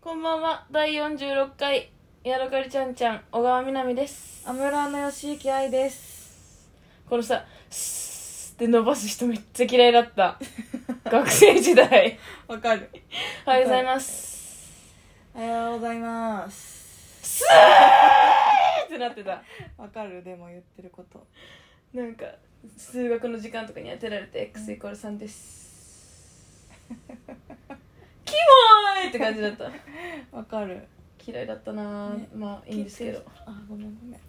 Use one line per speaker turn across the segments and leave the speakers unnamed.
こんばんは第46回ヤドカリちゃんちゃん小川みなみです
アムロの吉行愛です
このさスーって伸ばす人めっちゃ嫌いだった 学生時代
わかる
おはようございます
おはようございます
スーってなってた
わかるでも言ってること
なんか数学の時間とかに当てられて x イコール3ですキモーいって感じだ った
わかる
嫌いだったな、
ね
まあいいんですけど
あごめんごめん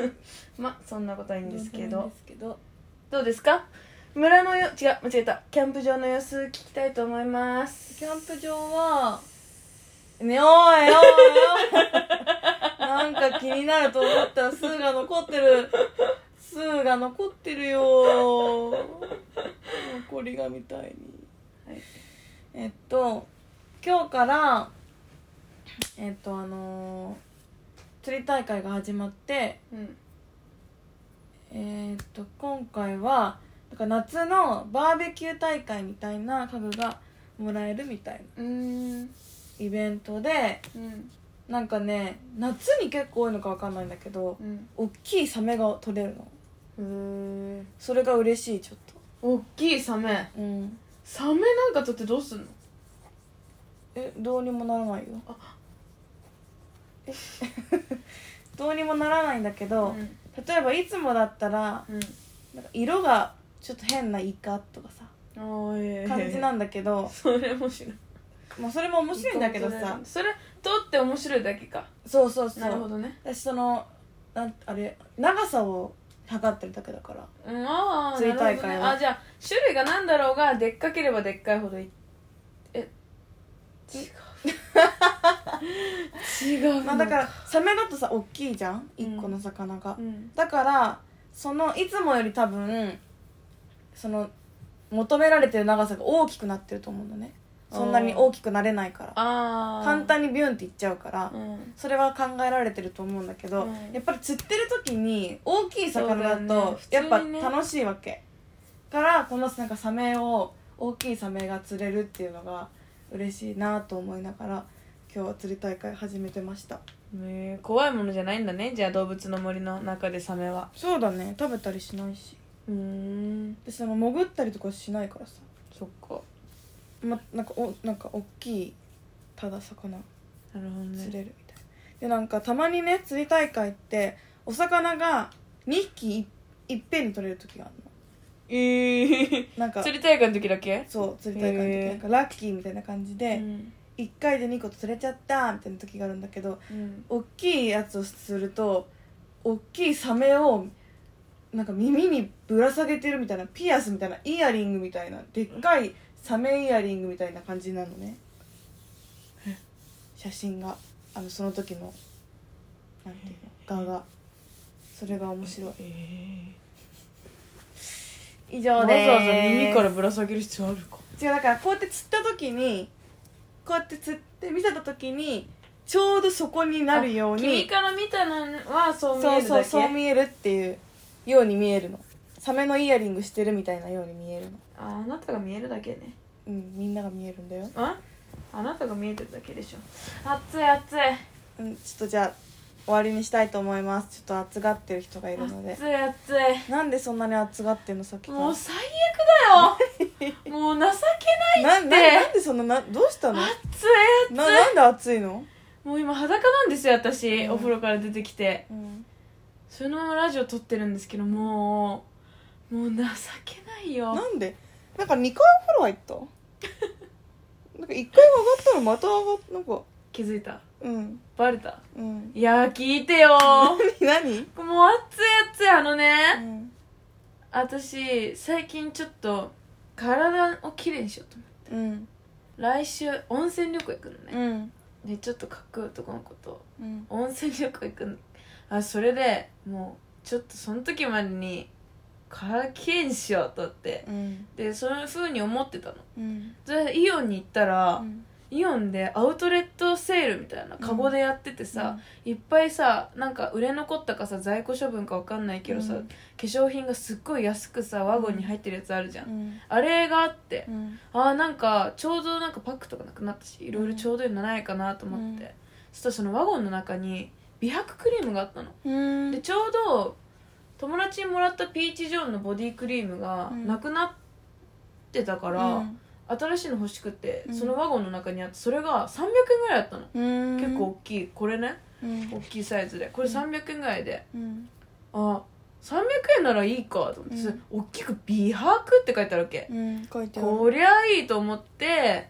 まあそんなことはいいんですけ
いいん
ど
ですけど
どうですか村のよ違う間違えたキャンプ場の様子聞きたいと思います
キャンプ場はねおいおいおいなんか気になると思ったらスーが残ってるスーが残ってるよ残りがみたいに
はい
えっと今日からえっとあのー釣り大会が始まって
うん
えっと今回はなんか夏のバーベキュー大会みたいな家具がもらえるみたいな
うん
イベントで
うん
なんかね夏に結構多いのかわかんないんだけど
うん
大きいサメが取れる
へ
の
え
それが嬉しいちょっ
おっきいサメ
とうん
サメなんかとってどうすんの
えどうにもならないよ
あ
え どうにもならないんだけど、
ん
例えばいつもだったら
うん
なんか色がちょっと変なイカとかさ
ああええ
感じなんだけど、
それ面白い
まあ、それも面白いんだけどさ
それ撮って面白いだけか
そうそうそ
なるほ
う
どね
私そのなんあれ長さを測ってるだけだから
うんああ
釣り大会
な
は
るほどねあじゃあ種類が何だろうがでっかければでっかいほどいいえ 違う違う
まあだからサメだとさ大きいじゃん
うん
1個の魚が、
うん
だからそのいつもより多分その求められてる長さが大きくなってると思うのねそんなに大きくなれないから
ああ
簡単にビュンっていっちゃうから、
うん
それは考えられてると思うんだけど、
うん
やっぱり釣ってる時に大きい魚だ
そうだよね
と
普通
やっ
に
ぱ
ね
楽しいわけ、からこのなんかサメを大きいサメが釣れるっていうのが嬉しいなと思いながら今日は釣り大会始めてました
ねえ怖いものじゃないんだねじゃあ動物の森の中でサメは
そうだね食べたりしないし
うーん
でその潜ったりとかしないからさ、
そっか
ま、なんかおなんか大きいただ魚
なるほど
釣
ね
れるみたいな、でなんかたまにね釣り大会ってお魚が2匹いいっぺんに取れる時があるの
ええ
なんか
釣り大会の時だけ
そう釣り大会の時、
へー
なんかラッキーみたいな感じ
う
で、
ん
一1回で2個釣れちゃったみたいな時があるんだけど
うん
大きいやつをすると大きいサメをなんか耳にぶら下げてるみたいなピアスみたいなイヤリングみたいなでっかいサメイヤリングみたいな感じなのね写真があのその時のなんていうの画がそれが面白い
ええ
以
わざ
上です
わざ耳からぶら下げる必要あるか
違うだからこうやって釣った時にこうやって釣って見せた時にちょうどそこになるよう
君
に
から見たのはそう見える
そ
だ
う
け
そうそう見えるっていうように見えるのサメのイヤリングしてるみたいなように見えるの
ああなたが見えるだけね
うんみんなが見えるんだよ、
ああなたが見えてるだけでしょ暑い暑い
うん、ちょっとじゃあ終わりにしたいと思いますちょっと暑がってる人がいるので
暑い暑
なんでそんなに暑がってんのさっき
い
から
もう最悪 だよもう情けない
な
って
ななんでそんななどうしたのな
暑い暑
なんで暑いの、
いもう今裸なんですよ私、
うん
お風呂から出てきて
うん、
そのラジオ撮ってるんですけどもうもう情けないよ
なんでなんか2回お風呂入ったなんか1回上がったらまた上がっなんか
気づいた
うん
バレた
うん
いやー聞いて よー
何、
もう暑い暑いあのね、
うん
私最近ちょっと体をきれいにしようと思って
うん
来週温泉旅行行くのね、
うん
でちょっとかっこいい男の子と
うん
温泉旅行行くのあそれでもうちょっとその時までに体きれいにしようと思って
うん
でそういうふうに思ってたの
うん
それでイオンに行ったら、イオンでアウトレットセールみたいなカゴでやっててさ、いっぱいさなんか売れ残ったかさ在庫処分かわかんないけどさ、
うん
化粧品がすっごい安くさワゴンに入ってるやつあるじゃん、
うん
あれがあって
う、ん
ああなんかちょうどなんかパックとかなくなったしいろいろちょうどいいのないかなと思って、
うん
そしたらそのワゴンの中に美白クリームがあったの、
うん
でちょうど友達にもらったピーチ・ジョンのボディクリームが
うん
なくなってたから、新しいの欲しくて、
うん
そのワゴンの中にあってそれが300円ぐらいあったの、
うん
結構大きいこれね
うん
大きいサイズでこれ
うん
300円ぐらいで、
うん
あ300円ならいいかと思って、
うん
それ大きく「美白」って書いてあるわけ、
うん書いてある
こりゃいいと思って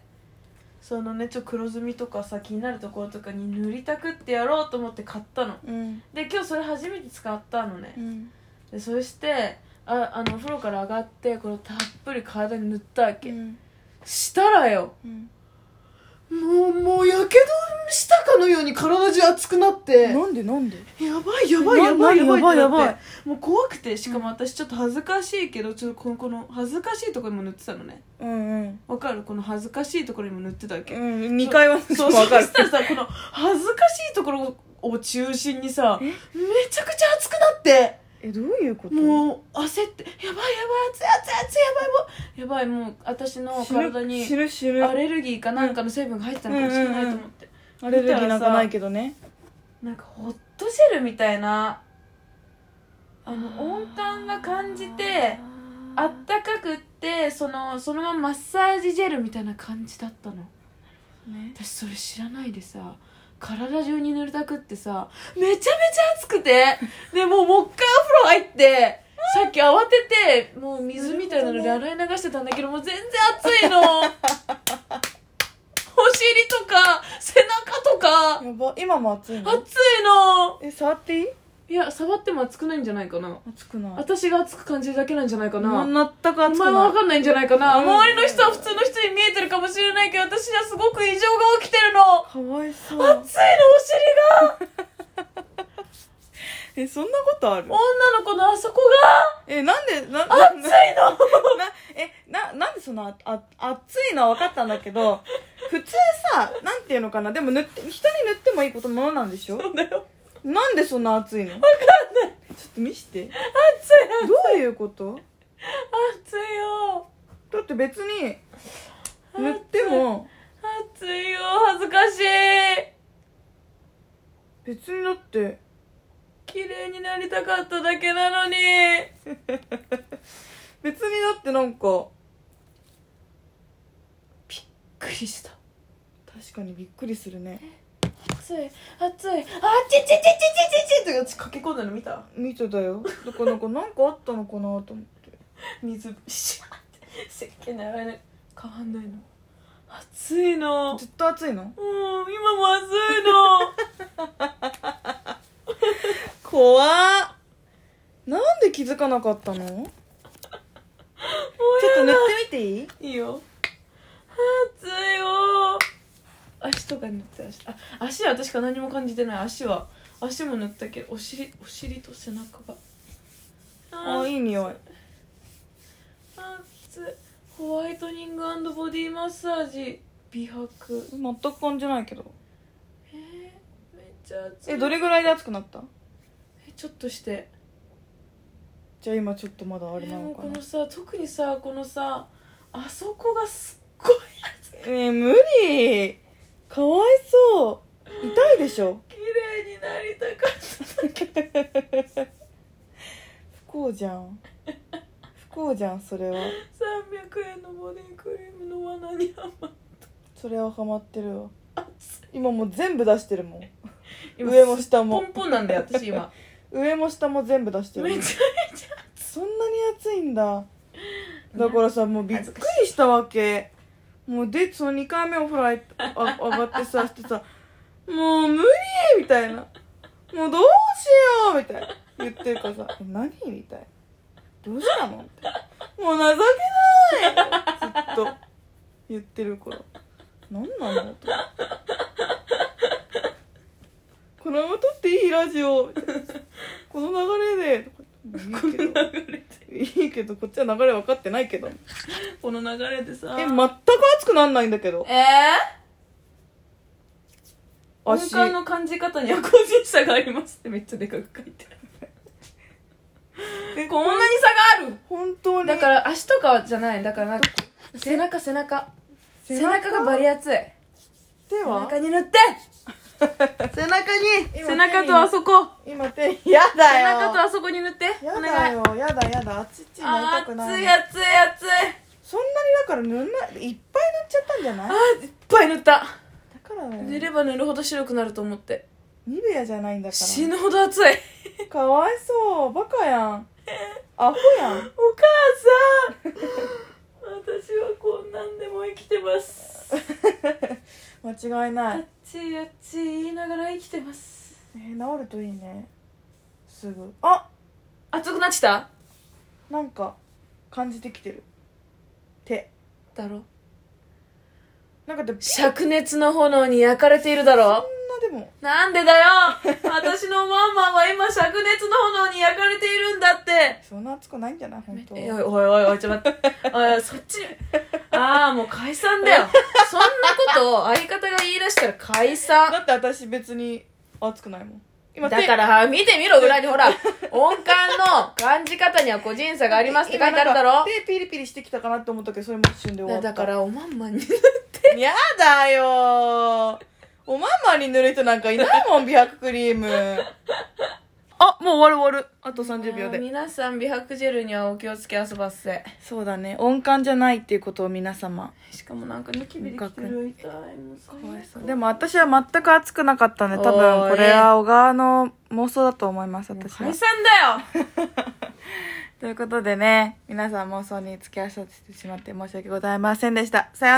そのねちょっと黒ずみとかさ気になるところとかに塗りたくってやろうと思って買ったの
うん
で今日それ初めて使ったのね
うん
でそしてああのお風呂から上がってこれをたっぷり体に塗ったわけ、
うん
したらよ
うん
もうもうやけどしたかのように体中熱くなって
なんでなんで
やばいやばいやばいやばいや
なやばい
ば
やば
い
い
もう怖くてしかも私ちょっと恥ずかしいけどちょっとこのこの恥ずかしいところにも塗ってたのね
うんうん
わかるこの恥ずかしいところにも塗ってたわけ
うん二回は
そう
わ
そ
かる
したらさこの恥ずかしいところを中心にさ
え
めちゃくちゃ熱くなって
えどういうこと
もう焦って「やばいやばい熱い熱い熱いやばいもうやばいもう私の
知る
体
知
に
る知る
アレルギーかなんかの成分が入ってたのかもしれないと思って
アレルギーなんかないけどね
なんかホットジェルみたいなあの温感が感じてあったかくってそのそのままマッサージジェルみたいな感じだったの
ね
私それ知らないでさ体中に塗りたくってさめちゃめちゃ暑くてでもうもう一回お風呂入ってさっき慌ててもう水みたいなので洗い流してたんだけどもう全然暑いの お尻とか背中とか
やば今も暑いの
暑いの
え触っていい
いや触っても熱くないんじゃないかな
暑くない
私が熱く感じるだけなんじゃないかな、
全く
お
暑く
前は
ない
分かんないんじゃないかな、
うん
周りの人は普通の人に見えてるかもしれないけど私にはすごく異常が起きてるの
かわい
熱
そ
いのお
う
尻が
えそんなことある
女の子のあそこ
えなんでな
が熱い
な
の
えななんでそのああ暑いのは分かったんだけ ど普通さなんていうのかなでも塗って人に塗ってもいいことものなんでしょなんでそんな暑いの分かんないちょっと見して
熱い
どういうこと
熱いよ
だって別に塗っても
熱いよ恥ずかしい
別にだって
綺麗になりたかっただけなのに
別にだってなんか
びっくりした
確かにびっくりするね
熱い熱いあちちちちちちちって私駆け込んだの見た
見てたよだからなんかなんかあったのかなと思って
水シャーって石鹸で洗いな変わんないの暑いの
ずっと暑い
う
の
ん今も暑い の
怖っなんで気づかなかったのちょっと塗ってみていい
いいよ暑いよ足とかに塗って足あ足は確か何も感じてない足は足も塗ったけどお尻お尻と背中が
あ
あ
ーいい匂い
暑いホワイトニングボディマッサージ美白
全く感じないけど
えー、めっちゃ暑い
えどれぐらいで暑くなった
えちょっとして
じゃあ今ちょっとまだあれ
え
な
ーも
の
う
か
こ
な
のさ特にさこのさあそこがすっごい暑い
えー、無理かわいそう痛いでしょ
綺麗になりたかった
不幸じゃん不幸じゃんそれは
300円のボディクリームの罠にはまっ
それはハマってるわ
た暑い
今もう全部出してるもん
今
上も下も
ポンポンなんだよ私 今
上も下も全部出して
め
る
ちゃめち
そんなに暑い んだだからさもうびっくりしたわけもうでその2回目お風呂入っあ上がってさしてさ「もう無理!」みたいな「もうどうしよう!」みたいな言ってるからさ「え何?」みたいな「どうしたの?」みたいな「もう情けない!」ずっと言ってるから何なんだろうと思ってこのまま撮っていいラジオみたいなこの流れでとか言ってもういい
ゃ流れて
けどいいけどこっちは流れ分かってないけどえ
この流れでさ
全く熱くなんないんだけど
えー音
足
感の感じ方には個人差がありますってめっちゃでかく書いてあるでこんなに差がある
本当に
だから足とかじゃないだからなんか背中背中背中がバリ熱い
手
背
は
中に塗って
背中に
背中とあそこ
今手にやだ
背
よ
中とあそこに塗ってお
や
願
だ
い
よやだやだあっちっちになり
あ
た
ー
くな
熱
い
い熱い熱い
そんなにだから塗んないいっぱい塗っちゃったんじゃない
あ
だ
ーいっぱい塗った
からだよ
塗れば塗るほど白くなると思って
ニベアじゃないんだか
死ぬほど熱い
らかわいそうバカや んアホやん
お母さん私はこんなんでも生きてます
間違い
あ
な
っ
い、
ちあっち言いながら生きてます
えー治るといいねすぐあ
熱くなってきた
なんか感じてきてる手
だろ
なんかでもそ
灼熱の炎に焼かれているだろ
んなでも
なんでだよ私のマンマは今灼熱の炎に焼かれているんだって
そんな熱くないんじゃない本当
おいおいおいおいちょっと待っておいそっちああもう解散だよそんなことを相方が言い出したら解散
だって私別に熱くないもん今手
だから見てみろ裏にほら音感の感じ方には個人差がありますって書いてあるだ
今なん
ろ
か手ピリピリしてきたかなって思ったけどそれも一瞬で終わ
だ
った
だからおまんまに
やだよおまんまに塗る人なんかいないもん美白クリーム あもう終わる終わるあと30秒
あー
で
皆さん美白ジェルにはお気をつけ遊ばせ
そうだね音感じゃないっていうことを皆様
しかもなんかニキビできてる痛いもう最悪
でも私は全く熱くなかったんで多
おー
分
い
これは小川の妄想だと思います私は
解散だよ
ということでね皆さん妄想に付き合わせてしまって申し訳ございませんでしたさようなら